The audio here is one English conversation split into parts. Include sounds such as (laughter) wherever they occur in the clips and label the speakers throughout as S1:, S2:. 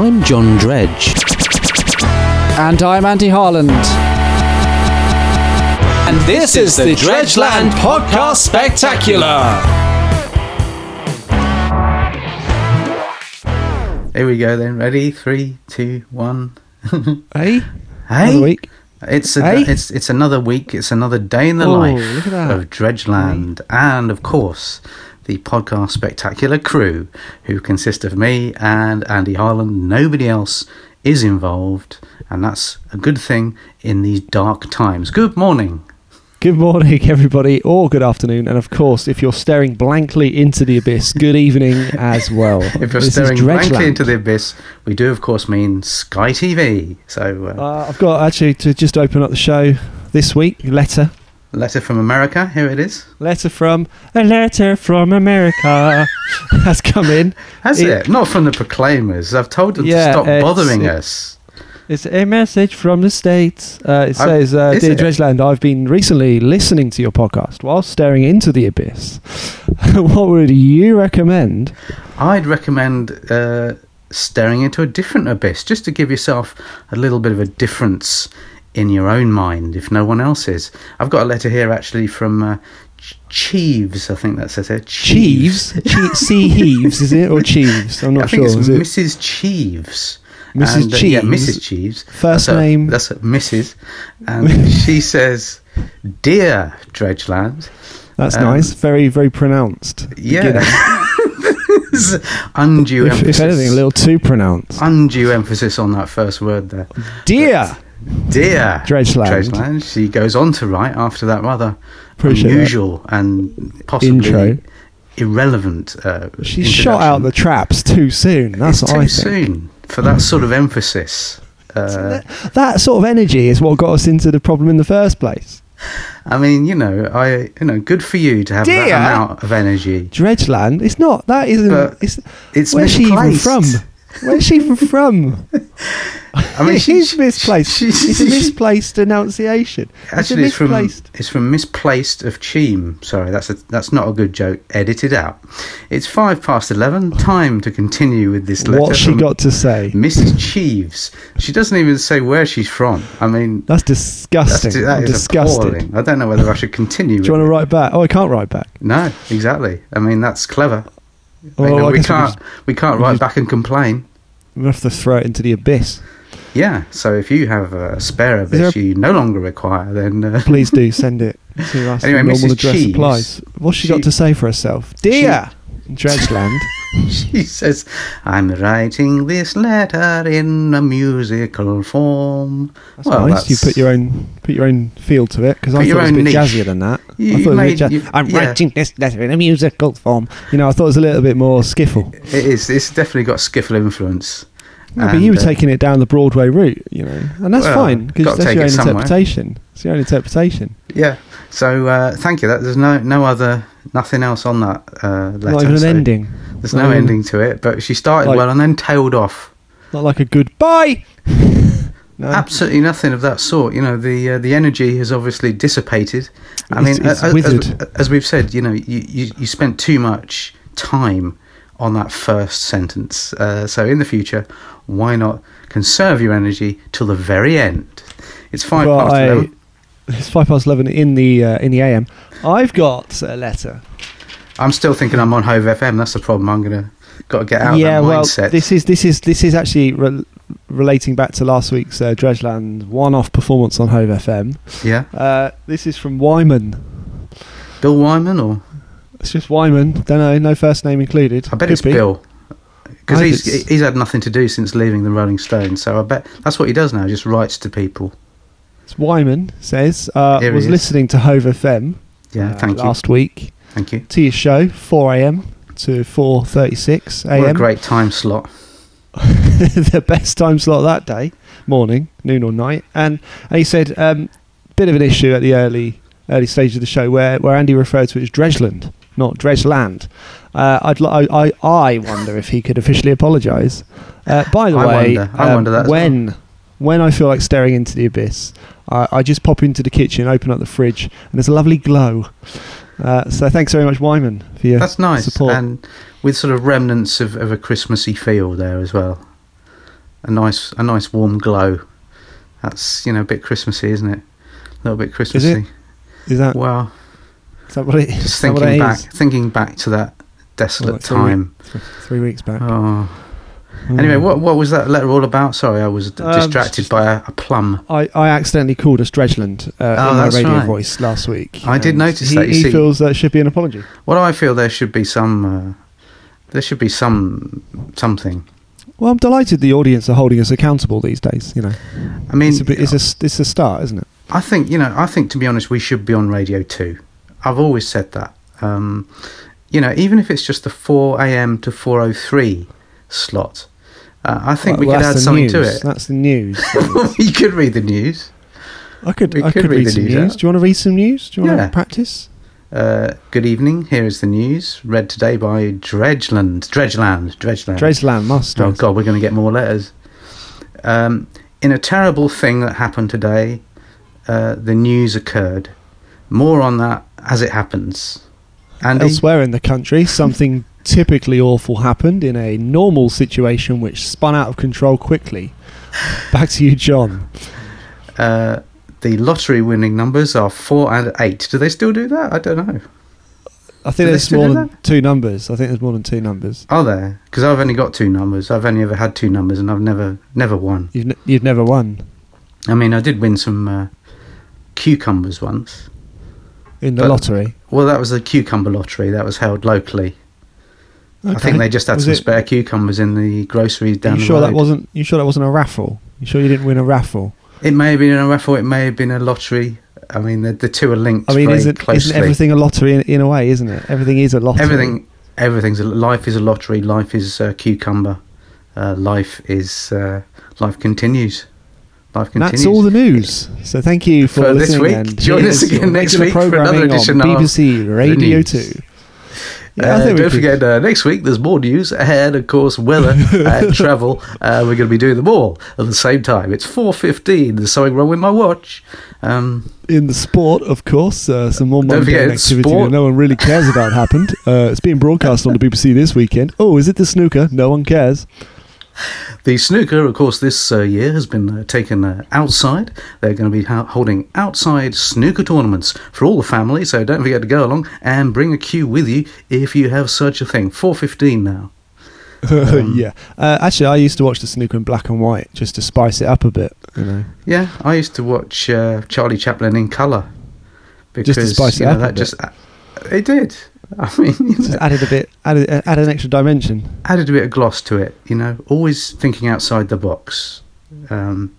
S1: I'm John Dredge.
S2: And I'm Andy Harland.
S1: And this, is, the Dredgeland Podcast Spectacular.
S3: Here we go then. Ready? Three, two, one.
S2: Hey?
S3: Hey,
S2: week.
S3: it's a,
S2: Hey?
S3: it's it's another week. It's another day in the
S2: Oh,
S3: life
S2: look at that.
S3: of Dredgeland, and of course, the podcast spectacular crew, who consist of me and Andy Harland. Nobody else is involved, and that's a good thing in these dark times. Good morning.
S4: Good morning, everybody, or good afternoon, and of course, if you're staring blankly into the abyss, good evening as
S3: (laughs)
S4: well.
S3: If you're
S4: This is
S3: staring blankly
S4: Dredgeland.
S3: into the abyss, we do of course mean Sky TV. So, uh,
S4: uh, I've got actually to just open up the show this week. Letter,
S3: letter from America. Here it is.
S4: letter from a letter from America (laughs) has come in.
S3: Has it,
S4: It-
S3: Not from the Proclaimers. I've told them to
S4: Yeah,
S3: stop
S4: it's-
S3: bothering
S4: it-
S3: us.
S4: It's a message from the States. Uh, it
S3: Oh,
S4: says, uh,
S3: is
S4: Dear
S3: it?
S4: Dredgeland, I've been recently listening to your podcast while staring into the abyss. (laughs) what would you recommend?
S3: I'd recommend uh, staring into a different abyss just to give yourself a little bit of a difference in your own mind, if no one else is. I've got a letter here actually from uh, Ch- Cheeves, I think that says it.
S4: Cheeves? Che- sea Heaves, is it? Or Cheeves? I'm not
S3: I think
S4: sure.
S3: it's
S4: is it?
S3: Mrs. Cheeves.
S4: Mrs.
S3: And, uh, yeah,
S4: Cheeves?
S3: Mrs. Cheeves.
S4: First
S3: That's a-
S4: name.
S3: that's a Mrs.
S4: (laughs)
S3: And she says, "Dear Dredgeland,
S4: That's
S3: Um,
S4: nice. Very, very pronounced.
S3: yeah."
S4: beginning.
S3: (laughs) undue
S4: If,
S3: emphasis.
S4: if anything, a little too pronounced.
S3: undue emphasis on that first word there.
S4: Dear.
S3: Dear
S4: Dredgeland.
S3: Dredgeland. She goes on to write after that rather
S4: Appreciate that.
S3: unusual and possibly
S4: Intro.
S3: irrelevant. Uh,
S4: She shot out the
S3: introduction.
S4: traps too soon. That's
S3: It's
S4: what
S3: too
S4: I think.
S3: soon for that sort of emphasis. Uh,
S4: That sort of energy is what got us into the problem in the first place.
S3: I mean, you know, I, you know, good for you to have
S4: Dear.
S3: that amount of energy.
S4: Dredgeland. It's not. That isn't.
S3: But
S4: it's,
S3: It's
S4: where's she even
S3: misplaced.
S4: from? Where's she even from?
S3: (laughs) I
S4: (laughs)
S3: mean, she-
S4: she's misplaced.
S3: she-
S4: it's a misplaced enunciation.
S3: Actually, it's,
S4: it's a misplaced.
S3: from it's from misplaced of Cheam. Sorry, that's a, that's not a good joke. Edited out. It's five past eleven. Time to continue with this letter.
S4: what she
S3: from
S4: got to say.
S3: Mrs. Cheeves. She doesn't even say where she's from. I mean,
S4: That's
S3: that's,
S4: disgusting.
S3: that
S4: I'm
S3: is
S4: disgusted.
S3: appalling. I don't know whether I should continue.
S4: Do you
S3: with
S4: want to write back? Oh, I can't write back.
S3: it. No, exactly. I mean, that's clever. I mean,
S4: Oh, I
S3: we
S4: guess we
S3: can't
S4: just-
S3: we can't
S4: we
S3: write
S4: just-
S3: back and complain.
S4: We have to throw it into the abyss.
S3: Yeah. So if you have a spare of this,
S4: there
S3: you no longer require, then uh,
S4: Please
S3: (laughs)
S4: do send it to us.
S3: Anyway,
S4: the normal
S3: Mrs.
S4: address
S3: Cheese,
S4: applies. What's she,
S3: she-
S4: got to say for herself? Dear
S3: (laughs)
S4: Dredgeland.
S3: She says, I'm writing this letter in a musical form.
S4: That's nice. You put your own put your own feel to it because I
S3: Put
S4: thought
S3: your
S4: it was a
S3: own
S4: bit
S3: niche.
S4: jazzier than that.
S3: You- you
S4: I thought it was a bit
S3: made-
S4: jazz-
S3: you-
S4: I'm
S3: yeah.
S4: writing this letter in a musical form. You know, I thought it was a little bit more skiffle.
S3: It is. It's definitely got skiffle influence.
S4: No, but you
S3: And,
S4: were
S3: uh,
S4: taking it down the Broadway route, you know, and that's
S3: Well,
S4: fine
S3: gotta
S4: because that's
S3: take
S4: your
S3: it
S4: own
S3: somewhere.
S4: interpretation. It's your own interpretation.
S3: Yeah. So uh, thank you. That, there's no no other nothing else on that uh, letter.
S4: Not even an
S3: so
S4: ending.
S3: There's no
S4: Um,
S3: ending to it. But she started
S4: like-
S3: well and then tailed off.
S4: Not like
S3: (laughs)
S4: a goodbye. no.
S3: Absolutely nothing of that sort. You know, the uh, the energy has obviously dissipated. I
S4: It's-
S3: mean,
S4: it's
S3: a- a- as,
S4: withered.
S3: as we've said, you know, you, you, you spent too much time on that first sentence. Uh, so in the future, why not conserve your energy till the very end? It's five
S4: Well,
S3: past
S4: I-
S3: eleven.
S4: It's five past eleven in the uh, in the AM. I've got a letter.
S3: I'm still thinking I'm on Hove FM. That's the problem. I'm gonna got to get out
S4: yeah,
S3: of that
S4: well,
S3: mindset.
S4: this is this is this is actually re- relating back to last week's uh, Dredgeland one-off performance on Hove FM.
S3: yeah,
S4: Uh, this is from Wyman.
S3: Bill Wyman, or
S4: It's just Wyman. Don't know, no first name included.
S3: I bet
S4: Could
S3: it's
S4: be.
S3: Bill. 'Cause Bill because
S4: I hope
S3: he's
S4: it's-
S3: he's had nothing to do since leaving the Rolling Stones. So I bet that's what he does now. Just writes to people.
S4: It's Wyman says uh,
S3: Here he
S4: was
S3: is.
S4: listening to Hove FM.
S3: Yeah,
S4: uh,
S3: thank you,
S4: Last week
S3: thank you.
S4: to your show, four a.m. to four thirty-six
S3: What a
S4: a.m.
S3: great time slot.
S4: (laughs) the best time slot that day, morning, noon, or night. And, and he said, um, bit of an issue at the early early stage of the show where, where Andy referred to it as Dredgeland, not Dredgeland. Uh, I'd li- I, I I wonder if he could officially apologise. Uh, by the
S3: I
S4: way, um,
S3: wonder. I wonder that as
S4: when when I feel like staring into the abyss, I, I just pop into the kitchen, open up the fridge, and there's a lovely glow. Uh, so thanks very much, Wyman, for your
S3: That's nice,
S4: support.
S3: and with sort of remnants of, of a Christmassy feel there as well. a nice a nice warm glow. That's you know a bit Christmassy, isn't it? A little bit Christmassy.
S4: Is that,
S3: Well,
S4: is that what it Uh, is?
S3: just
S4: that what
S3: thinking
S4: it
S3: back,
S4: is?
S3: thinking back to that desolate
S4: Like three
S3: time.
S4: Th- Three weeks back.
S3: Oh. Anyway,
S4: Mm.
S3: what what was that letter all about? Sorry, I was d-
S4: Um,
S3: distracted by a, a plum.
S4: I, I accidentally called us Dredgeland uh,
S3: Oh,
S4: in my
S3: that's
S4: radio
S3: right.
S4: voice last week.
S3: I did
S4: and
S3: notice
S4: he,
S3: that, you
S4: He
S3: see.
S4: feels that should be an apology.
S3: What do I feel there should be some. Uh, there should be some something.
S4: Well, I'm delighted the audience are holding us accountable these days. You know,
S3: I mean,
S4: it's, a, bit- it's, a, it's a start, isn't it?
S3: I think you know. I think to be honest, we should be on radio too. I've always said that. Um, you know, even if it's just the four a.m. to four o three slot, uh, I think
S4: Well,
S3: we
S4: well,
S3: could
S4: that's
S3: add
S4: the
S3: something
S4: news.
S3: to
S4: That's the news.
S3: (laughs) it. you could read the news.
S4: I could,
S3: We
S4: I
S3: could
S4: could,
S3: read
S4: read,
S3: the
S4: some
S3: news
S4: news.
S3: out.
S4: Do you want to read some news? Do you want
S3: Yeah.
S4: to practice?
S3: Uh, good evening. Here is the news read today by Dredgeland. Dredgeland. Dredgeland.
S4: Dresland must.
S3: Oh God, we're going to get more letters. Um, in a terrible thing that happened today, uh, the news occurred. More on that as it happens. Andy,
S4: Elsewhere in the country, something (laughs) typically awful happened in a normal situation which spun out of control quickly. Back to you, John.
S3: uh, the lottery winning numbers are four and eight. Do they still do that? I don't know.
S4: I
S3: Do they
S4: think there's
S3: still
S4: more
S3: do
S4: than two numbers. I think there's more than two numbers.
S3: Are there? Because I've only got two numbers. I've only ever had two numbers, and I've never never won.
S4: You've, n- you've never won
S3: I mean, I did win some uh, cucumbers once.
S4: in the
S3: But-
S4: lottery.
S3: Well, that was the cucumber lottery that was held locally. I think they just had
S4: Was
S3: some
S4: it-
S3: spare cucumbers in the groceries
S4: Are
S3: down
S4: you
S3: the
S4: sure
S3: road.
S4: that wasn't? You sure that wasn't a raffle? You sure you didn't win a raffle?
S3: It may have been a raffle. It may have been a lottery. I mean, the, the two are linked.
S4: I mean,
S3: very
S4: isn't,
S3: closely.
S4: isn't everything a lottery in, in a way? Isn't it? Everything is a lottery.
S3: Everything. Everything's a, life is a lottery. Life is a cucumber. Uh, life is uh, life continues. Life
S4: And
S3: continues.
S4: That's all the news. So thank you for,
S3: For this
S4: listening.
S3: week.
S4: and
S3: Join us
S4: here's
S3: again
S4: your
S3: next
S4: regular
S3: week for another
S4: programming on
S3: edition of
S4: BBC Radio
S3: news. uh,
S4: Two. we
S3: don't
S4: could-
S3: forget uh, next week. There's more news ahead. Of course,
S4: (laughs)
S3: weather and travel. Uh, we're going to be doing them all at the same time. It's four fifteen. There's something wrong with my watch. Um,
S4: in the sport, of course, uh, some more
S3: Don't forget,
S4: mundane activity
S3: sport.
S4: that no one really cares
S3: (laughs)
S4: about happened. Uh, it's being broadcast on the BBC this weekend. Oh, is it the snooker? No one cares. (laughs)
S3: The snooker, of course, this uh, year has been uh, taken uh, outside. They're going to be ho- holding outside snooker tournaments for all the family. So don't forget to go along and bring a cue with you if you have such a thing. Four fifteen now. Um,
S4: yeah, uh, actually, I used to watch the snooker in black and white just to spice it up a bit. You know,
S3: Yeah, I used to watch uh, Charlie Chaplin in colour because
S4: spice it
S3: you know,
S4: up a
S3: that
S4: bit.
S3: just uh, it did. I mean, (laughs) you
S4: just
S3: know,
S4: added a bit, added, uh, added an extra dimension.
S3: added a bit of gloss to it. You know, always thinking outside the box. Um,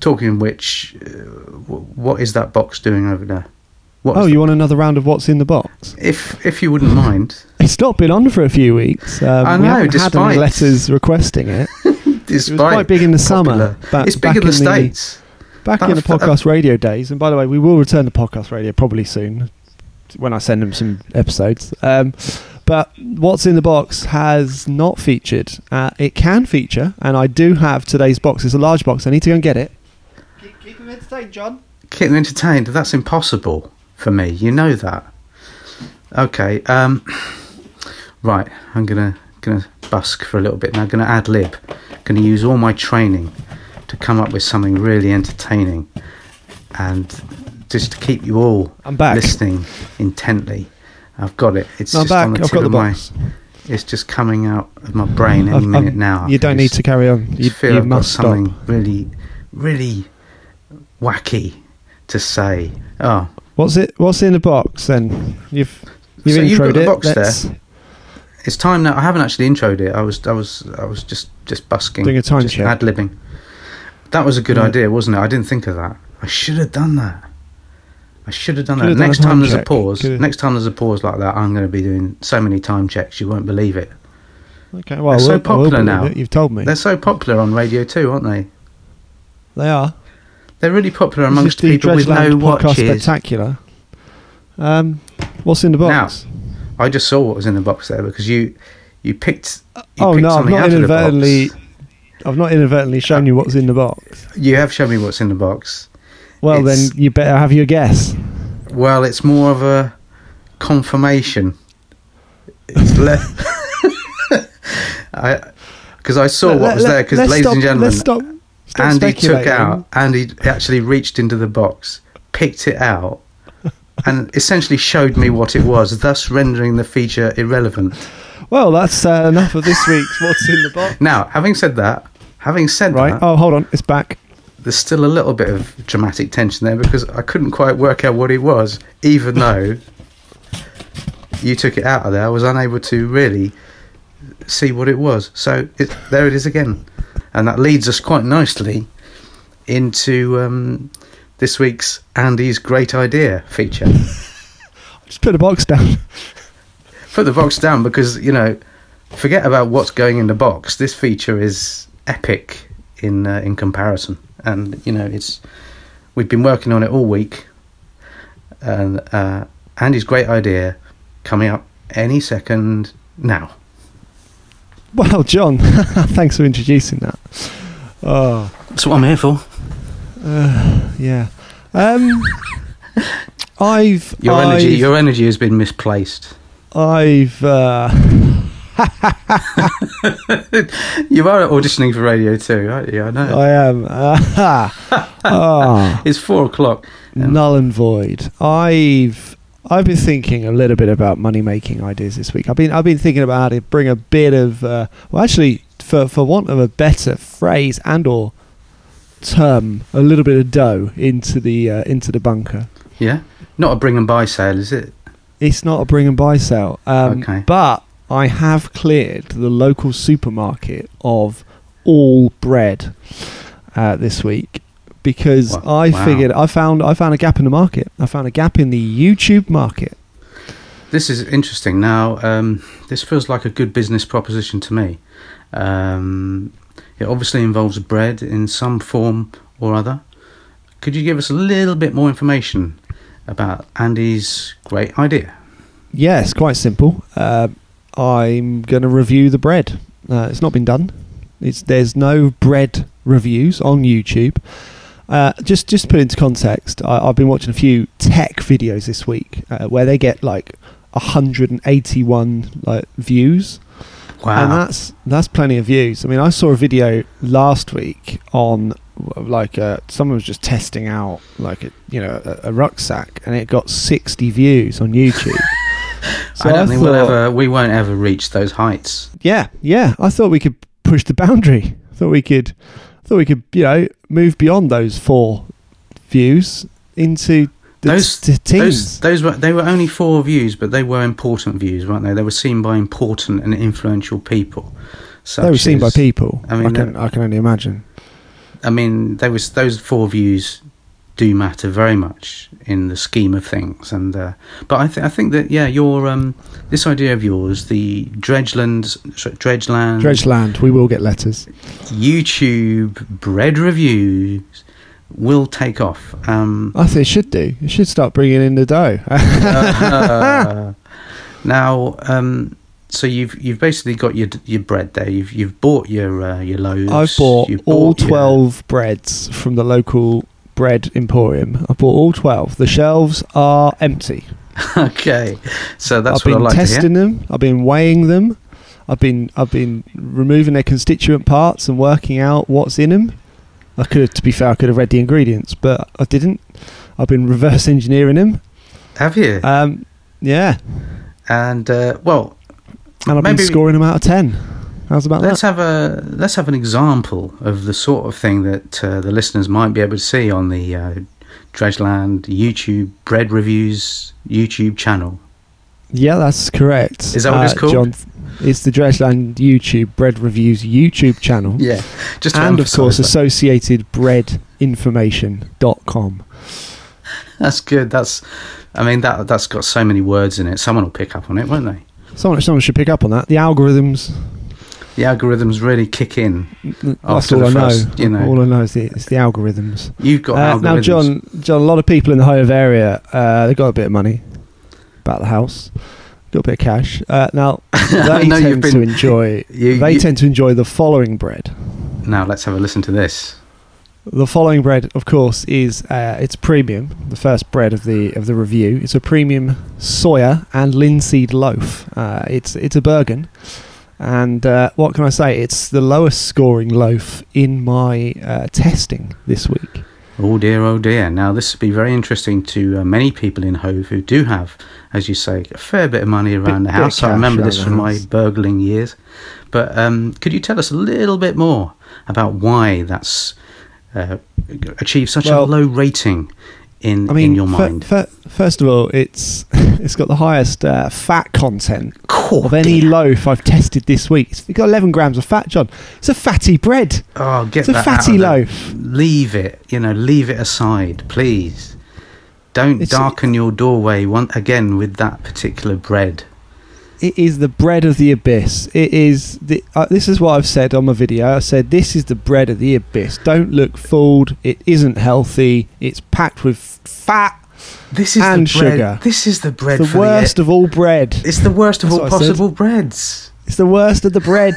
S3: talking of which, uh, w- what is that box doing over there? What is
S4: Oh,
S3: that-
S4: you want another round of what's in the box?
S3: If if you wouldn't mind,
S4: It's not been on for a few weeks. Um,
S3: I
S4: we
S3: know,
S4: haven't had
S3: despite-
S4: any letters requesting it.
S3: despite
S4: it was quite big in the
S3: popular-
S4: summer. Ba-
S3: it's big
S4: back
S3: in the states.
S4: Back
S3: That-
S4: in the podcast radio days, and by the way, we will return to podcast radio probably soon when I send them some episodes. Um, but what's in the box has not featured. Uh, it can feature, and I do have today's box. It's a large box. I need to go and get it. Keep, keep him entertained, John.
S3: Keep them entertained. That's impossible for me. You know that. Okay. Um, right. I'm gonna gonna busk for a little bit now. Gonna ad lib. Gonna use all my training to come up with something really entertaining, and just to keep you all
S4: I'm back.
S3: listening intently. I've got it. It's
S4: No, I'm
S3: just on
S4: back.
S3: the
S4: I've
S3: tip
S4: got the
S3: of my.
S4: box.
S3: It's just coming out of my brain any
S4: I've- I've-
S3: minute now. I
S4: You
S3: can
S4: don't
S3: just-
S4: need to carry on. You,
S3: just feel
S4: you
S3: I've
S4: must
S3: got
S4: stop.
S3: something really, really wacky to say. Oh,
S4: What's it? What's in the box? Then you've you've
S3: So
S4: introed
S3: you've got the
S4: it.
S3: box there.
S4: Let's-
S3: it's time now. I haven't actually introed it. I was, I was, I was just, just busking,
S4: Doing a time
S3: just
S4: check.
S3: ad libbing. That was a good
S4: Yeah.
S3: idea, wasn't it? I didn't think of that. I should have done that. I should have done
S4: Could
S3: that.
S4: have done a
S3: next time
S4: time
S3: there's a
S4: check.
S3: pause.
S4: Could have-
S3: Next time there's a pause like that, I'm going to be doing so many time checks. You won't believe it.
S4: Okay, well,
S3: They're so
S4: I will- I will
S3: popular
S4: believe
S3: now.
S4: it. You've told me
S3: They're so popular on Radio Two, aren't they?
S4: they are.
S3: They're really popular
S4: This is
S3: amongst
S4: the
S3: people with no
S4: Dredgeland podcast
S3: watches.
S4: Spectacular. Um, what's in the box?
S3: I just saw what was in the box there because you you picked. You
S4: oh
S3: picked
S4: no, I've
S3: something
S4: not
S3: out of the box.
S4: inadvertently, I've not inadvertently shown you what's in the box.
S3: You have shown me what's in the box.
S4: Well,
S3: It's-
S4: then you better have your guess.
S3: Well, it's more of a confirmation. It's le- (laughs) I because I saw
S4: Let-
S3: what was
S4: let-
S3: there. Because,
S4: let's
S3: ladies and
S4: stop-
S3: gentlemen,
S4: let's stop, stop
S3: Andy took
S4: speculating.
S3: out, Andy actually reached into the box, picked it out, and essentially showed me what it was, thus rendering the feature irrelevant.
S4: Well, that's uh, enough of this week's What's in the
S3: (laughs)
S4: Box.
S3: Now, having said that, having said
S4: Right.
S3: that,
S4: Oh, hold on. It's back.
S3: there's still a little bit of dramatic tension there because I couldn't quite work out what it was, even though you took it out of there. I was unable to really see what it was. So it, there it is again. And that leads us quite nicely into um, this week's Andy's Great Idea feature.
S4: Just put the box down. (laughs)
S3: Put the box down because, you know, forget about what's going in the box. This feature is epic in uh, in comparison. And, you know, it's we've been working on it all week. And uh, Andy's great idea coming up any second now.
S4: Well, John, (laughs) thanks for introducing that. Oh,
S3: That's what I'm here for.
S4: yeah.
S3: (laughs)
S4: Um, I've
S3: Your
S4: I've,
S3: energy, your energy has been misplaced.
S4: I've uh,
S3: You are auditioning for radio too, aren't you? I know.
S4: (laughs) I am. Ah,
S3: (laughs)
S4: ah,
S3: it's four o'clock. Um,
S4: null and void. I've I've been thinking a little bit about money making ideas this week. I've been I've been thinking about how to bring a bit of uh, well, actually, for for want of a better phrase and or term, a little bit of dough into the uh, into the bunker.
S3: Yeah, not a bring and buy sale, is it?
S4: It's not a bring and buy sale. Um,
S3: Okay.
S4: But I have cleared the local supermarket of all bread uh, this week because
S3: Wow.
S4: I
S3: Wow.
S4: figured I found I found a gap in the market. I found a gap in the YouTube market.
S3: This is interesting. Now, um, this feels like a good business proposition to me. Um, it obviously involves bread in some form or other. Could you give us a little bit more information about Andy's great idea?
S4: Yeah, it's quite simple. Uh, I'm going to review the bread. Uh, it's not been done. It's there's no bread reviews on YouTube. Uh, just just to put into context, I, I've been watching a few tech videos this week uh, where they get like 181 like views, and that's that's plenty of views. I mean, I saw a video last week on w- like uh, someone was just testing out like a, you know a, a rucksack, and it got 60 views
S3: (laughs)
S4: on YouTube.
S3: I don't
S4: I
S3: think we'll
S4: thought-
S3: ever, we won't ever reach those heights.
S4: yeah, yeah. I thought we could push the boundary. I thought we could, I thought we could, you know, move beyond those four views into the
S3: Those-
S4: t-
S3: Those,
S4: teams.
S3: those were they were only four views, but they were important views, weren't they? They were seen by important and influential people. Such
S4: They were seen by
S3: as-
S4: people.
S3: I
S4: I
S3: mean, uh,
S4: mean, I can, I can only imagine.
S3: I mean, there was those four views do matter very much in the scheme of things, and uh, but I think I think that yeah, your um, this idea of yours, the Dredgeland, sorry, Dredgeland,
S4: Dredgeland, we will get letters.
S3: YouTube bread reviews will take off. Um,
S4: I think it should do. It should start bringing in the dough. (laughs)
S3: uh, now, um, so you've you've basically got your your bread there. You've you've bought your uh, your loaves.
S4: I've bought
S3: You've
S4: all
S3: bought your-
S4: 12 breads from the local bread emporium. I bought all 12. The shelves are empty.
S3: (laughs) okay, so that's
S4: I've
S3: what
S4: been
S3: I like to hear.
S4: testing them. I've been weighing them. I've been I've been removing their constituent parts and working out what's in them. I could, have, to be fair, I could have read the ingredients, but I didn't. I've been (laughs) reverse engineering them.
S3: Have you?
S4: Um, yeah,
S3: and uh, well,
S4: and I've
S3: Maybe-
S4: been scoring them out of ten. How's about
S3: Let's
S4: that?
S3: have a let's have an example of the sort of thing that uh, the listeners might be able to see on the uh, Dredgeland YouTube bread reviews YouTube channel.
S4: Yeah, that's correct. Uh,
S3: Is that what it's called?
S4: John, it's the Dredgeland YouTube Bread Reviews YouTube channel,
S3: Yeah, just to
S4: and of
S3: emphasise
S4: course
S3: that.
S4: AssociatedBreadInformation.com.
S3: (laughs) that's good. That's I mean that that's got so many words in it. Someone will pick up on it, won't they?
S4: Someone, someone should pick up on that. The algorithms
S3: The algorithms really kick in.
S4: That's
S3: after
S4: all
S3: the
S4: I know.
S3: first, you know.
S4: All I know is the, it's the algorithms.
S3: You've got
S4: Uh,
S3: algorithms.
S4: now, John, John, a lot of people in the Hove area, uh, they've got a bit of money, about the house, got a bit of cash. Uh, now,
S3: (laughs) (laughs) I
S4: they
S3: know you've
S4: tend to
S3: been.
S4: enjoy.
S3: (laughs) You,
S4: They
S3: you-
S4: tend to enjoy the following bread.
S3: now let's have a listen to this.
S4: The following bread, of course, is uh, it's premium. The first bread of the of the review. It's a premium soya and linseed loaf. Uh, it's it's a Bergen, And uh, what can I say? It's the lowest scoring loaf in my uh, testing this week.
S3: Oh dear, oh dear. Now, this would be very interesting to uh, many people in Hove who do have, as you say, a fair bit of money around
S4: Bit-
S3: the
S4: bit of
S3: house. I
S4: cash
S3: remember
S4: around
S3: this
S4: the
S3: from my
S4: house.
S3: burgling years. But um, could you tell us a little bit more about why that's uh, achieved such a
S4: Well-
S3: low rating in,
S4: I mean,
S3: in your
S4: fir-
S3: mind?
S4: fir- first of all, it's (laughs) it's got the highest uh, fat content
S3: Cool.
S4: of any loaf I've tested this week. It's got 11 grams of fat, John. It's a fatty bread.
S3: Oh, get
S4: It's a
S3: that
S4: fatty
S3: out of
S4: loaf.
S3: the- Leave it, you know, leave it aside, please. Don't
S4: It's-
S3: darken your doorway one again with that particular bread.
S4: It is the bread of the abyss. It is the. Uh, this is what I've said on my video. I said this is the bread of the abyss. Don't look fooled. It isn't healthy. It's packed with fat.
S3: This is
S4: And
S3: the bread.
S4: sugar.
S3: This is the bread.
S4: It's
S3: for
S4: the worst of all bread.
S3: it's the worst of
S4: That's
S3: all
S4: what I said.
S3: possible breads. (laughs)
S4: It's the worst of the bread.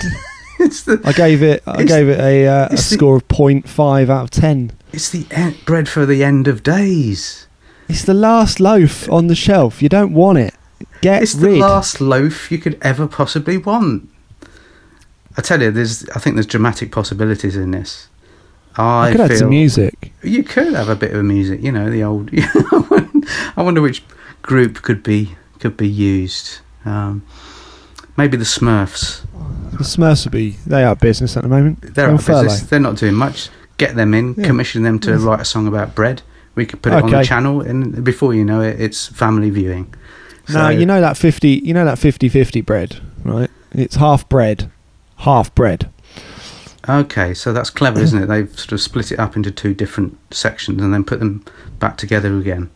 S3: It's the
S4: I gave it. I
S3: It's-
S4: gave it a, uh, a
S3: it's the-
S4: score of 0.5 out of 10.
S3: it's the en- bread for the end of days.
S4: It's the last loaf on the shelf. You don't want it. Get
S3: It's
S4: rid.
S3: the last loaf you could ever possibly want. I tell you, there's. I think there's dramatic possibilities in this. I,
S4: I, could add
S3: feel
S4: some music.
S3: you could have a bit of music. You know, the old. (laughs) I wonder which group could be could be used. Um, maybe the Smurfs.
S4: The Smurfs would be. They are business at the moment.
S3: They're
S4: on
S3: out of business.
S4: furlough.
S3: They're not doing much. Get them in,
S4: Yeah.
S3: commission them to
S4: Yes.
S3: write a song about bread. We could put it on the
S4: Okay.
S3: channel, and before you know it, it's family viewing.
S4: Now you know that 50 you know that 50-50 bread, right? It's half bread, half bread.
S3: Okay, so that's clever, isn't it? They've sort of split it up into two different sections and then put them back together again.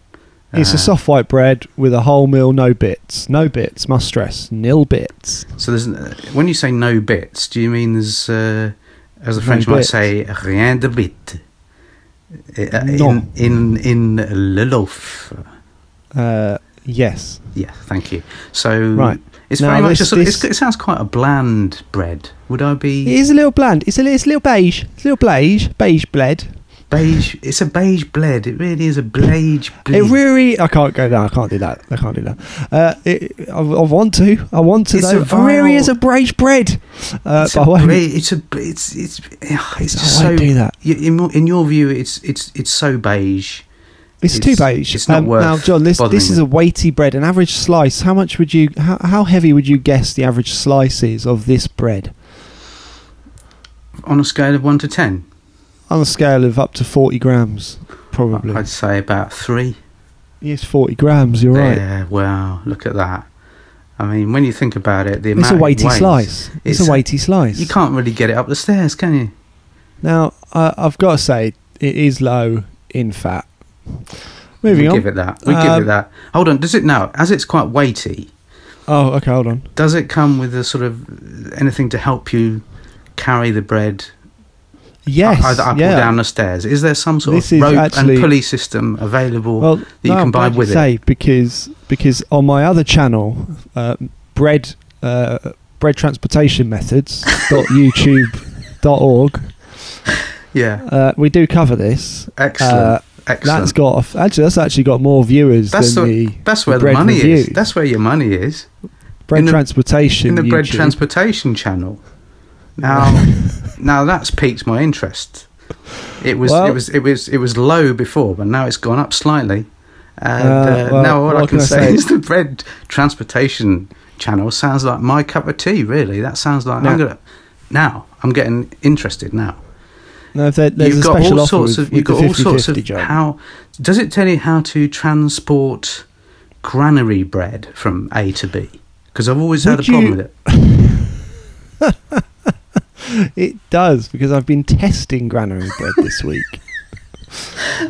S4: It's
S3: Uh,
S4: a soft white bread with a whole meal, no bits. No bits, must stress, nil bits.
S3: So there's n- when you say no bits, do you mean there's uh, as the
S4: No
S3: French might
S4: bits.
S3: say rien de bit Uh,
S4: Non.
S3: in in in le loaf?
S4: Uh, yes.
S3: Yeah, thank you. So
S4: Right.
S3: it's
S4: Now
S3: very much
S4: this-
S3: a sort of,
S4: this-
S3: it's, it sounds quite a bland bread. Would I
S4: It
S3: be
S4: is a little bland. It's a, li- it's a little beige. It's a little beige, beige bled.
S3: beige? It's a beige bled. It really is a beige bled.
S4: It really I can't go down. I can't do that. I can't do that. Uh, it, I, I want to. I want to
S3: It's
S4: though.
S3: a
S4: It really
S3: vile-
S4: is a beige bread. Uh,
S3: it's,
S4: but I
S3: a
S4: won't,
S3: bre- it's a b- it's it's ugh, it's just
S4: I
S3: so
S4: won't do that.
S3: y- in your- in your view it's it's it's so beige.
S4: It's,
S3: It's-
S4: too beige.
S3: it's not worth
S4: now, John. This
S3: bothering
S4: this is a weighty bread. An average slice. How much would you? How, how heavy would you guess the average slice is of this bread
S3: On a scale of one to ten,
S4: on a scale of up to forty grams? Probably.
S3: I'd say about three.
S4: Yes, forty grams. You're right.
S3: Yeah, wow, look at that. I mean, when you think about it, the amount
S4: It's a
S3: it
S4: weighty
S3: weighs,
S4: slice. It's,
S3: it's-
S4: a weighty slice.
S3: You can't really get it up the stairs, can you?
S4: Now, I I've got to say, it is low in fat. Moving
S3: we
S4: on.
S3: give it that. We give
S4: Um,
S3: it that. Hold on. Does it now? As it's quite weighty,
S4: Oh, okay. Hold on.
S3: does it come with a sort of anything to help you carry the bread
S4: Yes.
S3: up, either up
S4: yeah.
S3: or down the stairs? Is there some sort
S4: This
S3: of
S4: is
S3: rope
S4: actually-
S3: and pulley system available?
S4: well,
S3: you
S4: no,
S3: can
S4: I'm
S3: buy
S4: glad you
S3: with it.
S4: say because because on my other channel, uh, bread uh, bread transportation
S3: (laughs)
S4: methods youtube.org,
S3: yeah,
S4: uh, we do cover this.
S3: excellent,
S4: Uh,
S3: excellent.
S4: that's got a f- actually that's actually got more viewers
S3: That's
S4: than
S3: the-
S4: the
S3: That's where the
S4: bread
S3: money is.
S4: review.
S3: That's where your money is
S4: bread
S3: in the-
S4: transportation.
S3: in the bread
S4: YouTube.
S3: transportation channel.
S4: (laughs)
S3: Now, now that's piqued my interest. It was,
S4: Well-
S3: it was, it was, it was low before, but now it's gone up slightly. And uh,
S4: Uh, well,
S3: now all
S4: what
S3: I can
S4: can I
S3: say
S4: say?
S3: is (laughs) the bread transportation channel sounds like my cup of tea. Really, that sounds like I'm
S4: Now-
S3: gonna. Now I'm getting interested. Now
S4: No, there, there's
S3: you've
S4: a
S3: got
S4: special
S3: all
S4: offer
S3: sorts
S4: with,
S3: of you've
S4: with
S3: got
S4: the
S3: all sorts of
S4: 50-50 job.
S3: how does it tell you how to transport granary bread from A to B? Because I've always had
S4: Would
S3: a problem
S4: you-
S3: with it.
S4: It does because I've been testing granary bread this week.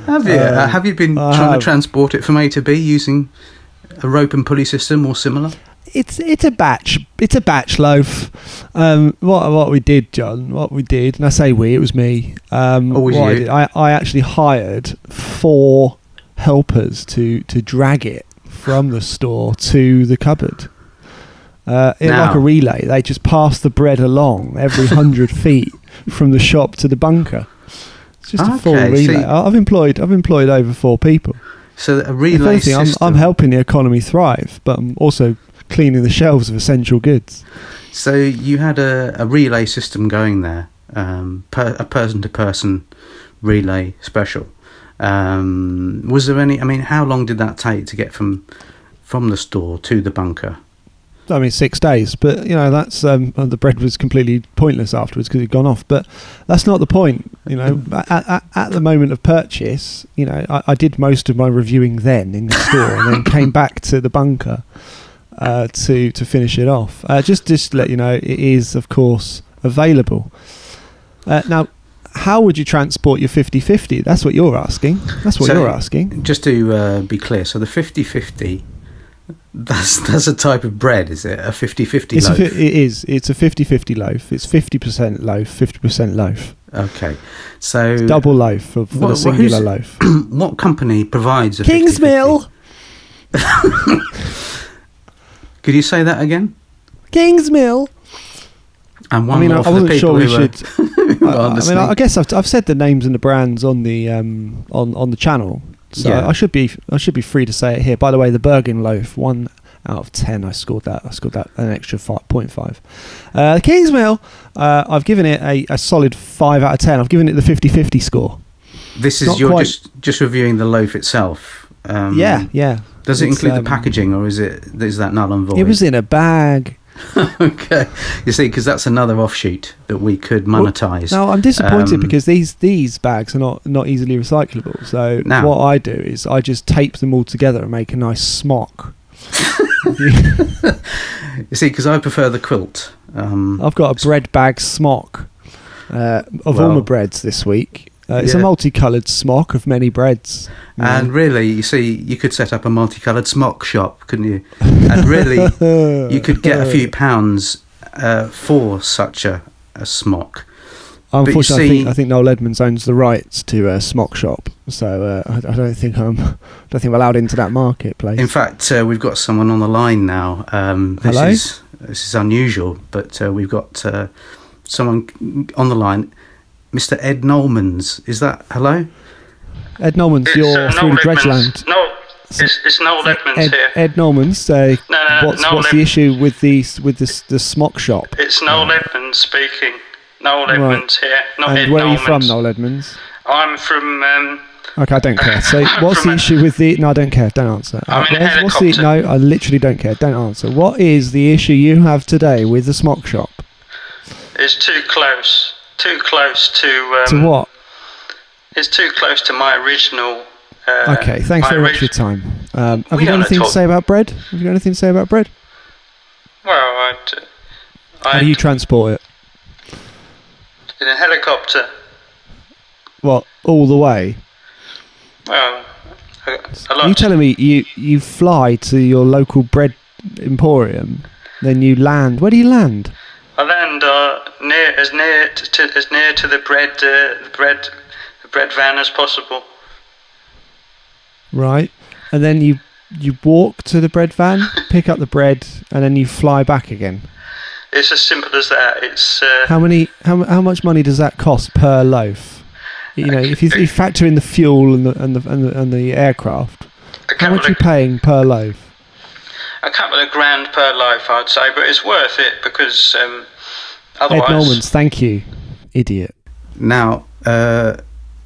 S3: (laughs) Have you?
S4: Um,
S3: Uh, have you been
S4: I
S3: trying
S4: have.
S3: to transport it from A to B using a rope and pulley system or similar?
S4: it's it's a batch it's a batch loaf. Um, what what we did, John, what we did, and I say we, it was me. Um,
S3: Always
S4: what I,
S3: Oh, you.
S4: did- I I actually hired four helpers to to drag it from the store to the cupboard. Uh, it,
S3: Now.
S4: like a relay, they just passed the bread along
S3: (laughs)
S4: every hundred feet from the shop to the bunker. It's just a full
S3: Okay,
S4: relay.
S3: see-
S4: I- I've employed I've employed over four people.
S3: So a
S4: If
S3: relay
S4: anything, I'm,
S3: system.
S4: I'm helping the economy thrive, but I'm also cleaning the shelves of essential goods.
S3: So you had a, a relay system going there, um, per, a person to person relay special. Um, was there any? I mean, how long did that take to get from from the store to the bunker?
S4: I mean, six days, but you know that's um, and the bread was completely pointless afterwards because it'd gone off. But that's not the point, you know.
S3: Mm-hmm.
S4: at, at, at the moment of purchase, you know, I, I did most of my reviewing then in the store, and then
S3: (coughs)
S4: came back to the bunker uh, to to finish it off. Uh, just just to let you know, it is of course available. Uh, now, how would you transport your 50-50? That's what you're asking. That's what
S3: So-
S4: you're asking.
S3: Just to uh, be clear, so the 50-50, That's (laughs) that's a type of bread, is it? A 50-50
S4: It's a,
S3: loaf.
S4: fi- it is. It's a 50-50 loaf. It's fifty percent loaf, fifty percent loaf.
S3: okay, so
S4: double loaf for, for
S3: Wha-
S4: the
S3: wha-
S4: singular
S3: who's-
S4: loaf.
S3: (clears throat) what company provides a 50-50?
S4: Kingsmill,
S3: Could you say that again?
S4: Kingsmill.
S3: And one
S4: I mean, I,
S3: more
S4: I
S3: for the
S4: wasn't
S3: people
S4: sure we
S3: who are-
S4: should.
S3: who (laughs)
S4: I,
S3: are
S4: I mean,
S3: listening.
S4: I guess I've, I've said the names and the brands on the um, on on the channel, so
S3: Yeah.
S4: I should be I should be free to say it here. By the way, the Bergen loaf, one out of ten, I scored that. I scored that an extra five point five. Uh, Kingsmill, uh, I've given it a, a solid five out of ten. I've given it the 50-50 score.
S3: This is
S4: Not
S3: you're
S4: quite.
S3: just just reviewing the loaf itself. Um,
S4: yeah, yeah.
S3: Does it
S4: It's,
S3: include
S4: um,
S3: the packaging, or is it is that null and void?
S4: It
S3: (laughs)
S4: was in a bag.
S3: okay. You see, because that's another offshoot that we could monetize.
S4: No, I'm disappointed
S3: Um,
S4: because these these bags are not not easily recyclable. So
S3: No.
S4: what I do is I just tape them all together and make a nice smock.
S3: You see, because I prefer the quilt. Um,
S4: I've got a bread bag smock uh, of all
S3: Well.
S4: my breads this week. Uh, it's a
S3: Yeah.
S4: multicoloured smock of many breads. you know.
S3: And really, you see, you could set up a multicoloured smock shop, couldn't you? And
S4: (laughs)
S3: really, you could get a few pounds uh, for such a, a smock. you
S4: Unfortunately, I,
S3: see-
S4: think, I think Noel Edmonds owns the rights to a smock shop, so uh, I, I don't think I'm (laughs) I don't think I'm allowed into that marketplace.
S3: In fact, uh, we've got someone on the line now. Um, this
S4: Hello?
S3: Is, this is unusual, but uh, we've got uh, someone on the line. Mr. Ed Nolmans, is that hello?
S4: Ed Normans,
S5: It's,
S4: you're
S5: uh,
S4: through
S5: Noel
S4: to Dredgeland.
S5: Edmonds. No, it's, it's Noel Edmonds
S4: Ed,
S5: here.
S4: Ed Normans, uh,
S5: No, no, no,
S4: what's,
S5: Noel
S4: what's the
S5: Ed-
S4: issue with the s- with this the smock shop?
S5: It's Noel Edmonds speaking. Noel
S4: Right.
S5: Edmonds here, not
S4: And
S5: Ed
S4: where are you from,
S5: Normans.
S4: Noel Edmonds?
S5: I'm from. Um,
S4: Okay, I don't care.
S5: (laughs)
S4: So, what's
S5: From
S4: the
S5: a-
S4: issue with the? No, I don't care. Don't answer.
S5: I'm in a
S4: where's- what's the? No, I literally don't care. Don't answer. What is the issue you have today with the smock shop?
S5: it's too close. Too close to. Um,
S4: to what?
S5: It's too close to my original. Uh,
S4: Okay, thanks
S5: my
S4: very much for your
S5: orig-
S4: time. Um, have
S5: We
S4: you got
S5: don't
S4: anything to
S5: talk-
S4: say about bread? Have you got anything to say about bread?
S5: Well, I. d-
S4: How
S5: I
S4: do you transport it?
S5: in a helicopter.
S4: Well, all the way.
S5: Well, a, a
S4: Are you
S5: lot.
S4: telling me you you fly to your local bread emporium, then you land? Where do you land?
S5: I land uh, near as near t- to as near to the bread uh, the bread the bread van as possible.
S4: right? And then you you walk to the
S3: (laughs)
S4: bread van, pick up the bread, and then you fly back again.
S5: It's as simple as that. It's. Uh,
S4: How many? How, mu- how much money does that cost per loaf? You know, if you, you factor in the fuel and the and the and the, and the aircraft,
S5: a
S4: how
S5: couple
S4: much are
S5: of
S4: you paying per loaf?
S5: a couple of grand per life, I'd say, but it's worth it because um,
S4: Ed
S5: otherwise,
S4: Normans, thank you, idiot.
S3: Now, uh,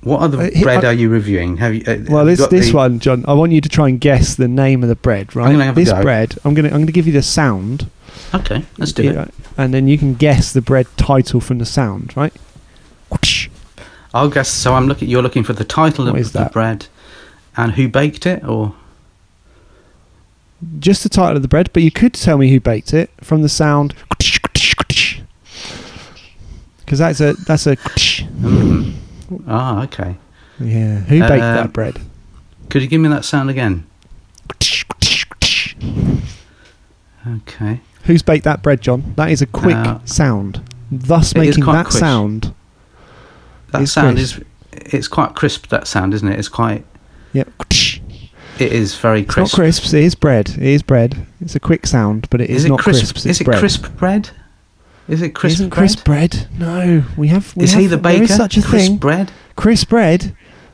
S3: what other
S4: Uh, he-
S3: bread
S4: I-
S3: are you reviewing? Have you? Uh,
S4: Well,
S3: have you
S4: this
S3: got
S4: this
S3: the-
S4: one, John. I want you to try and guess the name of the bread, right?
S3: gonna have a
S4: this
S3: go.
S4: bread. I'm gonna I'm gonna give you the sound.
S3: Okay, let's do
S4: you
S3: it.
S4: know, And then you can guess the bread title from the sound, right?
S3: I'll guess. So I'm looking. You're looking for the title
S4: What
S3: of
S4: is
S3: the
S4: that?
S3: bread, and who baked it, or
S4: just the title of the bread, but you could tell me who baked it from the sound. Because that's a that's a Hmm.
S3: ah, okay.
S4: yeah. Who baked
S3: Uh,
S4: that bread?
S3: Could you give me that sound again? Okay.
S4: Who's baked that bread, John? That is a quick
S3: Uh,
S4: sound, thus
S3: it is
S4: making
S3: quite
S4: that
S3: quick.
S4: sound.
S3: That
S4: It's
S3: sound
S4: crisp.
S3: is. It's quite crisp. That sound, isn't it? It's quite.
S4: Yep. It's
S3: It is very
S4: not
S3: crisp.
S4: crisps. It is bread. It is bread. It's a quick sound, but it is,
S3: Is it
S4: not
S3: crisp?
S4: crisps. It's
S3: Is it
S4: bread.
S3: crisp bread? Is it crisp
S4: Isn't
S3: bread?
S4: crisp bread? No, we have. We
S3: is
S4: have,
S3: he the baker?
S4: There is such a
S3: crisp
S4: thing.
S3: bread.
S4: Crisp bread?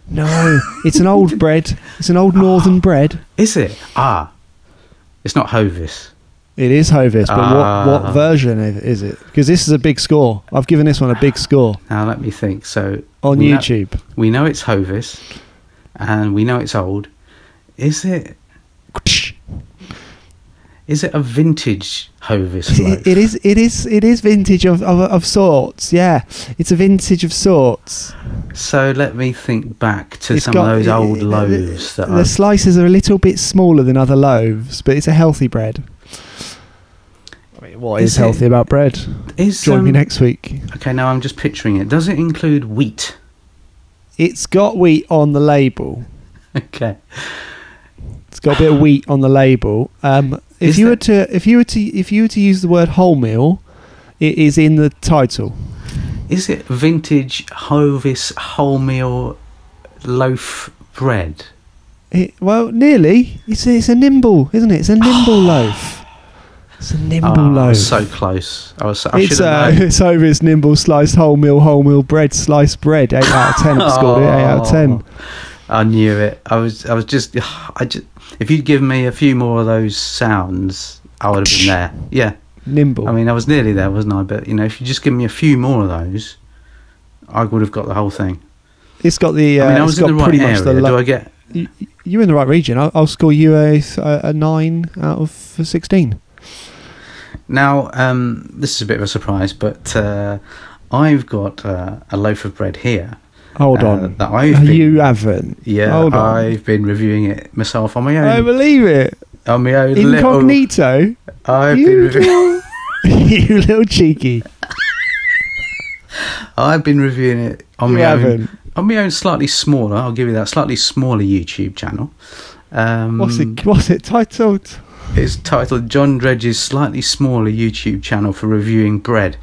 S4: No, it's an old bread. It's an old northern bread.
S3: Is it? Ah, it's not Hovis.
S4: It is Hovis, but what,
S3: Ah.
S4: what version i- is it? Because this is a big score. I've given this one a big score
S3: Now let me think. So
S4: on
S3: we kno-
S4: YouTube.
S3: we know it's Hovis, and we know it's old. Is it? Is it a vintage Hovis loaf?
S4: It, it is, it is, it is vintage of, of of sorts. Yeah, it's a vintage of sorts.
S3: So let me think back to
S4: It's
S3: some
S4: got-
S3: of those
S4: it-
S3: old
S4: it-
S3: loaves that
S4: The
S3: I've
S4: slices are a little bit smaller than other loaves, but it's a healthy bread. I mean, what
S3: Is
S4: is,
S3: it-
S4: healthy about bread?
S3: Is
S4: Join me
S3: um,
S4: next week.
S3: Okay, now I'm just picturing it. Does it include wheat?
S4: It's got wheat on the label.
S3: Okay.
S4: It's got a bit of wheat on the label. Um, if
S3: Is
S4: you
S3: there-
S4: were to, if you were to, if you were to use the word wholemeal, it is in the title.
S3: Is it vintage Hovis wholemeal loaf bread?
S4: It, well, nearly. It's a, it's a nimble, isn't it? It's
S3: (sighs)
S4: a nimble loaf. It's a nimble
S3: Oh, I
S4: loaf.
S3: was so close. I was. So, I should
S4: it's uh,
S3: have known.
S4: (laughs) it's over. It's nimble sliced wholemeal wholemeal bread sliced bread. Eight out of
S3: (laughs)
S4: ten. I've scored it. Eight out of ten.
S3: Oh. I knew it. I was. I was just. (sighs) I just. If you'd given me a few more of those sounds, I would have been there. Yeah.
S4: Nimble.
S3: I mean, I was nearly there, wasn't I? But you know, if you just given me a few more of those, I would have got the whole thing.
S4: it's got the. Uh,
S3: I mean, I
S4: it's
S3: was
S4: got
S3: in the right
S4: pretty
S3: area.
S4: much the.
S3: Do
S4: Lo-
S3: I get?
S4: y- y- You're in the right region. I'll, I'll score you a, th- a a nine out of sixteen.
S3: Now, um, this is a bit of a surprise, but uh, I've got uh, a loaf of bread here.
S4: Hold
S3: uh,
S4: on.
S3: That I've been,
S4: you haven't.
S3: yeah,
S4: Hold on.
S3: I've been reviewing it myself on my
S4: I
S3: own.
S4: believe it.
S3: on my own little.
S4: Incognito.
S3: I've been,
S4: You
S3: revi- (laughs)
S4: little, (laughs) you little cheeky.
S3: I've been reviewing it on
S4: You
S3: my own.
S4: haven't.
S3: On my own, slightly smaller. I'll give you that slightly smaller YouTube channel. Um,
S4: What's it? What's it titled?
S3: It's titled John Dredge's slightly smaller YouTube channel for reviewing bread,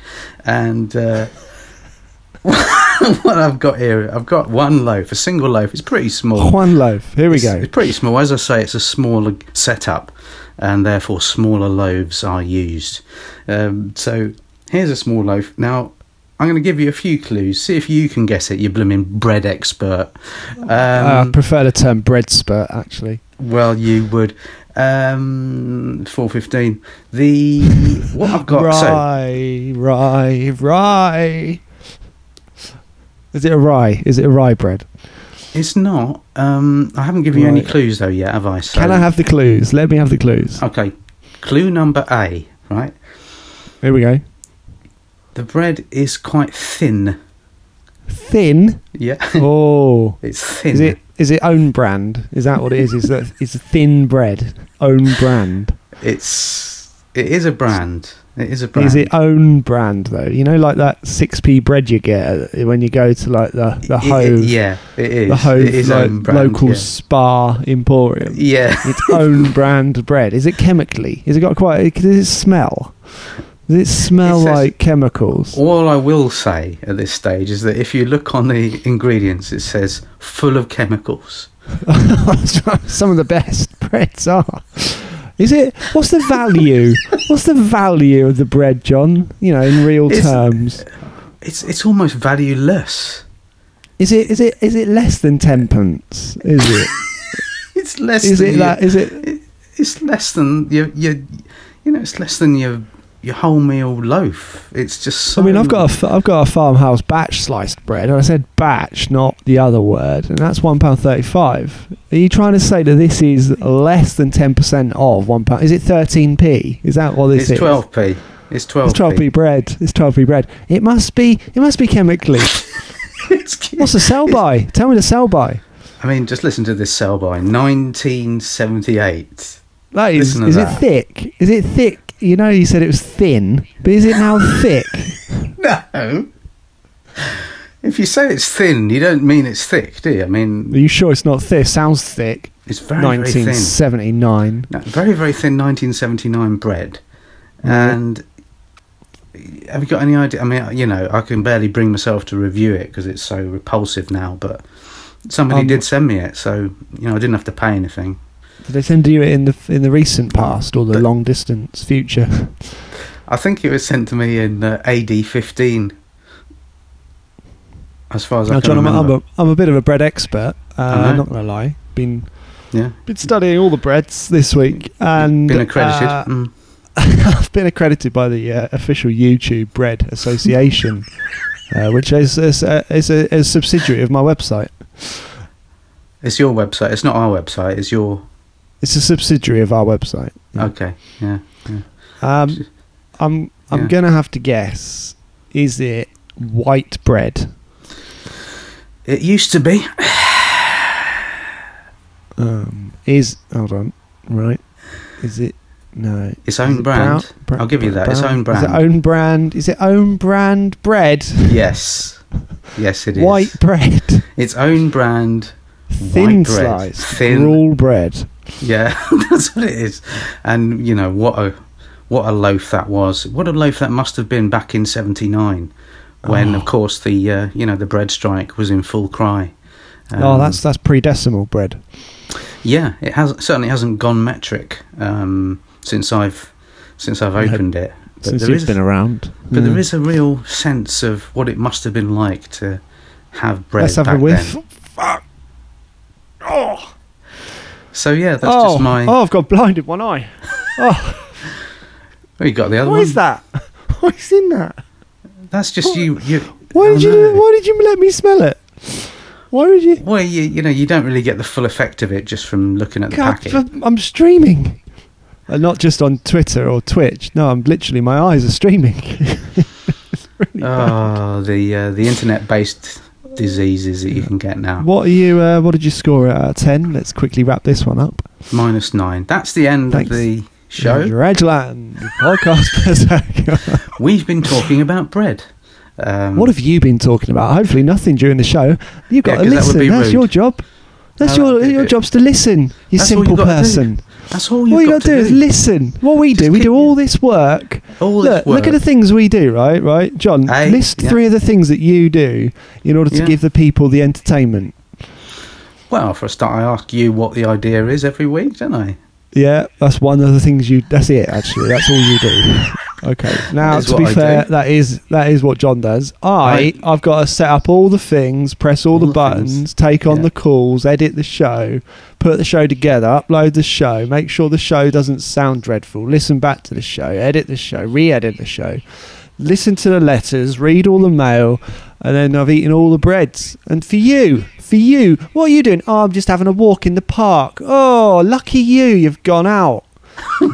S3: and uh, (laughs) what I've got here, I've got one loaf, a single loaf. It's pretty small.
S4: Juan Loaf. Here we
S3: Oh. it's,
S4: go.
S3: It's pretty small. As I say, it's a smaller setup, and therefore smaller loaves are used. Um, so here's a small loaf. Now I'm going to give you a few clues. See if you can guess it. You blooming bread expert. Um,
S4: Uh, I prefer the term bread spurt, actually.
S3: well, you would. Um, four fifteen. The what I've got. So
S4: Rye, rye, rye. Is it a rye? Is it a rye bread?
S3: it's not. Um, I haven't given you any
S4: Right.
S3: clues though yet, have I? So, Uh,
S4: Can I have the clues? Let me have the clues.
S3: Okay. Clue number A. Right.
S4: Here we go.
S3: The bread is quite thin. (laughs)
S4: Thin.
S3: Yeah,
S4: Oh,
S3: it's thin.
S4: is it? Is it own brand? Is that what it is? Is that it's a thin bread? Own brand.
S3: It's it is a brand. It is a brand.
S4: Is it own brand though? You know, like that six p bread you get uh, when you go to like the the
S3: It- it-
S4: Hove,
S3: yeah, it is.
S4: the Hove
S3: it is
S4: lo-
S3: own brand,
S4: local
S3: yeah.
S4: spa emporium.
S3: Yeah.
S4: its
S3: (laughs)
S4: own brand bread? Is it chemically? Is it got quite? Does it smell? Does it smell
S3: It says-
S4: like chemicals?
S3: All I will say at this stage is that if you look on the ingredients, it says full of chemicals. Oh.
S4: (laughs) Some of the best breads are. Is it? What's the value? what's the value of the bread, John? You know, in real
S3: It's-
S4: terms,
S3: It's it's almost
S4: (laughs)
S3: valueless.
S4: is it? Is it? Is it less than tenpence? Is it?
S3: It's (laughs) less.
S4: Is
S3: than
S4: it
S3: your,
S4: that? Is it?
S3: It's less than your your. You know, it's less than your your wholemeal loaf. It's just.
S4: I
S3: So
S4: mean, I've got a, f- I've got a farmhouse batch sliced bread, and I said batch, not the other word, and that's one pound thirty-five. Are you trying to say that this is less than ten percent of one pound? Is it thirteen p? Is that what this
S3: It's
S4: is?
S3: twelve p. It's twelve.
S4: It's twelve p bread. It's twelve p bread. It must be. It must be chemically.
S3: (laughs)
S4: What's the sell by? Tell me the sell by.
S3: I mean, just listen to this sell by. Nineteen seventy eight.
S4: That is.
S3: Listen to
S4: Is
S3: that.
S4: it thick? Is it thick? You know, you said it was thin, but is it now
S3: (laughs)
S4: thick?
S3: No. If you say it's thin, you don't mean it's thick, do you? I
S4: Are
S3: mean,
S4: you sure it's not thick? Sounds thick.
S3: it's very,
S4: Nineteen
S3: very thin.
S4: seventy-nine.
S3: No, very, very thin 1979 bread. And have you got any idea? I mean, you know, I can barely bring myself to review it because it's so repulsive now, but somebody
S4: Um,
S3: did send me it, so, you know, I didn't have to pay anything.
S4: Did they send you it in the in the recent past or the
S3: But-
S4: long distance future?
S3: I think it was sent to me in uh, AD 15. As far (laughs) as I
S4: Now,
S3: can
S4: John, I'm,
S3: remember.
S4: I'm a I'm a bit of a bread expert. Uh,
S3: I know.
S4: I'm not gonna lie, been
S3: Yeah.
S4: been studying all the breads this week and
S3: Been accredited.
S4: uh,
S3: Mm.
S4: (laughs) I've been accredited by the uh, official YouTube Bread
S3: (laughs)
S4: Association, uh, which is is, uh, is a, is a subsidiary of my website.
S3: It's your website. It's not our website. It's your.
S4: It's a subsidiary of our website. Yeah.
S3: Okay. Yeah.
S4: Um, I'm I'm
S3: Yeah.
S4: gonna have to guess. Is it white bread?
S3: It used to be.
S4: Um, is hold on, right? Is it no?
S3: Its
S4: Is
S3: own
S4: it
S3: brand.
S4: brown- bra-
S3: I'll give you that. Its own
S4: Is it
S3: brand.
S4: own brand? Is it own brand bread?
S3: Yes. Yes, it is.
S4: White bread,
S3: Its own brand.
S4: thin
S3: White bread.
S4: slice,
S3: Thin.
S4: rule bread.
S3: Yeah, (laughs) that's what it is. And you know what a what a loaf that was. What a loaf that must have been back in '79, when of course the uh, you know the bread strike was in full cry.
S4: oh,
S3: Um,
S4: that's that's pre-decimal bread.
S3: Yeah, it has certainly hasn't gone metric um, since I've since I've
S4: No.
S3: opened it. But
S6: Since
S3: there
S6: you've
S3: is-
S6: been around.
S3: but
S4: Mm.
S3: there is a real sense of what it must have been like to have bread.
S4: Let's have a
S3: back
S4: whiff.
S3: then. So yeah, that's
S4: oh,
S3: just my.
S4: oh, I've got blind in one eye. Oh,
S3: Oh, you got the other
S4: what
S3: one. (laughs)
S4: is that? What is in that?
S3: That's just you. you
S4: Why
S3: I
S4: did you?
S3: know.
S4: Why did you let me smell it? Why would you?
S3: Well, you you know you don't really get the full effect of it just from looking at the
S4: God,
S3: packet.
S4: I'm- I'm streaming. Uh, not just on Twitter or Twitch. No, I'm literally my eyes are streaming. (laughs) It's really bad.
S3: Oh, the uh, the internet-based diseases that you can get now.
S4: What are you? Uh, what did you score out of ten? Let's quickly wrap this one up.
S3: Minus nine. That's the end
S4: Thanks.
S3: of the show.
S4: Raglan podcast. (laughs) Berserker.
S3: We've been talking about bread. Um,
S4: what have you been talking about? Hopefully nothing during the show. You've got
S3: Yeah, 'cause that
S4: to
S3: would
S4: listen.
S3: be
S4: That's
S3: rude.
S4: your job. That's
S3: No,
S4: your
S3: that'd be
S4: your
S3: rude.
S4: job's to listen. You
S3: That's all
S4: simple
S3: you've got to do.
S4: person.
S3: That's all you've
S4: All you
S3: got, to,
S4: do, is listen. What we
S3: Just
S4: do, we
S3: keep
S4: do
S3: your-
S4: all this work.
S3: All
S4: look,
S3: this work.
S4: look at the things we do, right? Right, John.
S3: Aye,
S4: list
S3: yeah.
S4: three of the things that you do in order to
S3: Yeah.
S4: give the people the entertainment.
S3: Well, for a start, I ask you what the idea is every week, don't I?
S4: Yeah, that's one of the things you. That's it. Actually, that's all you
S3: (laughs)
S4: do. Okay. Now,
S3: is
S4: to
S3: what
S4: be
S3: I
S4: fair,
S3: do.
S4: that is that is what John does. I, I have got to set up all the things, press all,
S3: All
S4: the,
S3: the
S4: buttons,
S3: things.
S4: take on
S3: Yeah.
S4: the calls, edit the show, put the show together, upload the show, make sure the show doesn't sound dreadful, listen back to the show, edit the show, re-edit the show, listen to the letters, read all the mail, and then I've eaten all the breads. And for you, for you, what are you doing? Oh, I'm just having a walk in the park. Oh, lucky you, you've gone
S3: (laughs)
S4: out.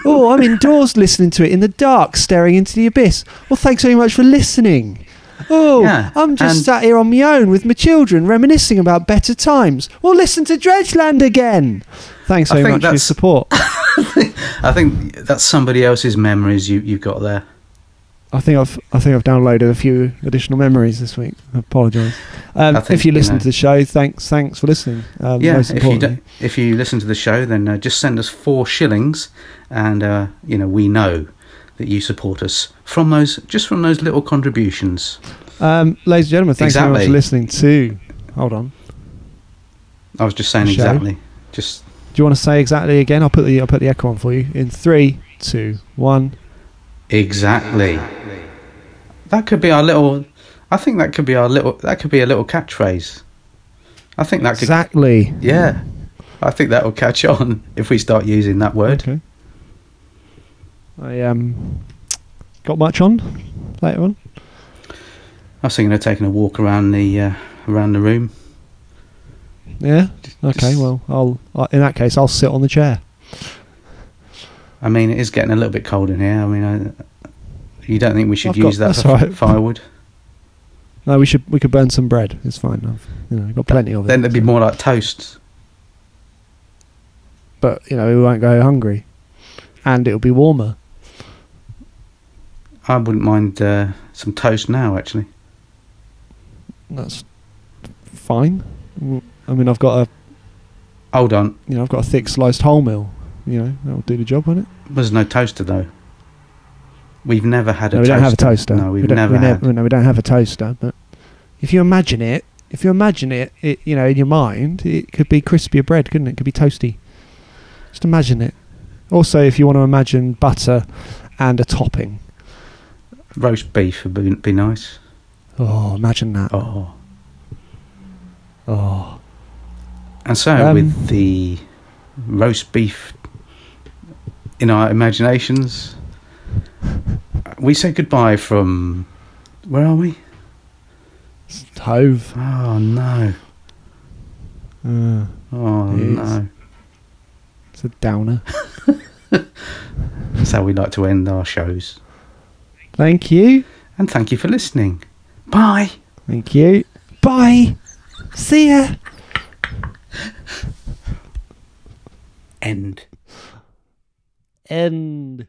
S4: oh, I'm indoors listening to it in the dark, staring into the abyss. Well, thanks very much for listening. Oh,
S3: Yeah,
S4: I'm just
S3: and-
S4: sat here on my own with my children, reminiscing about better times. Well, listen to Dredgeland again. Thanks
S3: I
S4: very
S3: think
S4: much for your
S3: that's-
S4: support.
S3: I think that's somebody else's memories you, you've got there.
S4: I think I've I think I've downloaded a few additional memories this week. I apologise. Um,
S3: I think,
S4: if you
S3: you
S4: listen
S3: know.
S4: to the show, thanks thanks for listening. Um,
S3: yeah,
S4: most
S3: if you,
S4: importantly.
S3: do, if you listen to the show, then uh, just send us four shillings, and uh, you know we know that you support us from those just from those little contributions.
S4: Um, ladies and gentlemen, thanks very much for
S3: Exactly.
S4: listening to. Hold on.
S3: I was just saying
S4: Show.
S3: exactly. Just
S4: Do you want to say exactly again? I'll put the I'll put the echo on for you in three, two, one.
S3: exactly. That could be our little. I think that could be our little. That could be a little catchphrase. I think that could.
S4: Exactly.
S3: Yeah, I think that will catch on (laughs) if we start using that word.
S4: Okay. I um got much on later on.
S3: I was thinking of taking a walk around the uh, around the room.
S4: Yeah. Okay. Well, I'll I, in that case I'll sit on the chair.
S3: I mean, it is getting a little bit cold in here. I mean, I, you don't think we should
S4: I've got-
S3: use that
S4: that's
S3: for
S4: all
S3: f-
S4: right.
S3: firewood?
S4: No, we should we could burn some bread. It's fine. I've, you know, I've got plenty of it.
S3: Then it'd be more like toast.
S4: but you know we won't go hungry, and it'll be warmer.
S3: I wouldn't mind uh, some toast now, actually.
S4: That's fine. W- I mean, I've got a
S3: Hold on,
S4: you know I've got a thick sliced wholemeal. You know that'll do the job, won't it?
S3: there's no toaster though. We've never had a
S4: No, we
S3: toaster.
S4: don't have a toaster.
S3: No, we've
S4: we don't,
S3: never
S4: we
S3: had.
S4: nev- no, we don't have a toaster. But if you imagine it, if you imagine it, it you know in your mind, it could be crispier bread, couldn't it? It could be toasty. Just imagine it. Also, if you want to imagine butter and a topping,
S3: Roast beef would be, be nice.
S4: oh, imagine that.
S3: Oh,
S4: oh.
S3: and so
S4: Um,
S3: with the roast beef in our imaginations, we said goodbye from. Where are we?
S4: Hove.
S3: Oh no!
S4: Uh,
S3: Oh
S4: Yes.
S3: no!
S4: it's a downer.
S3: That's how we like to end our shows.
S4: Thank you.
S3: And thank you for listening. Bye.
S4: Thank you. Bye. See ya.
S3: End.
S4: End.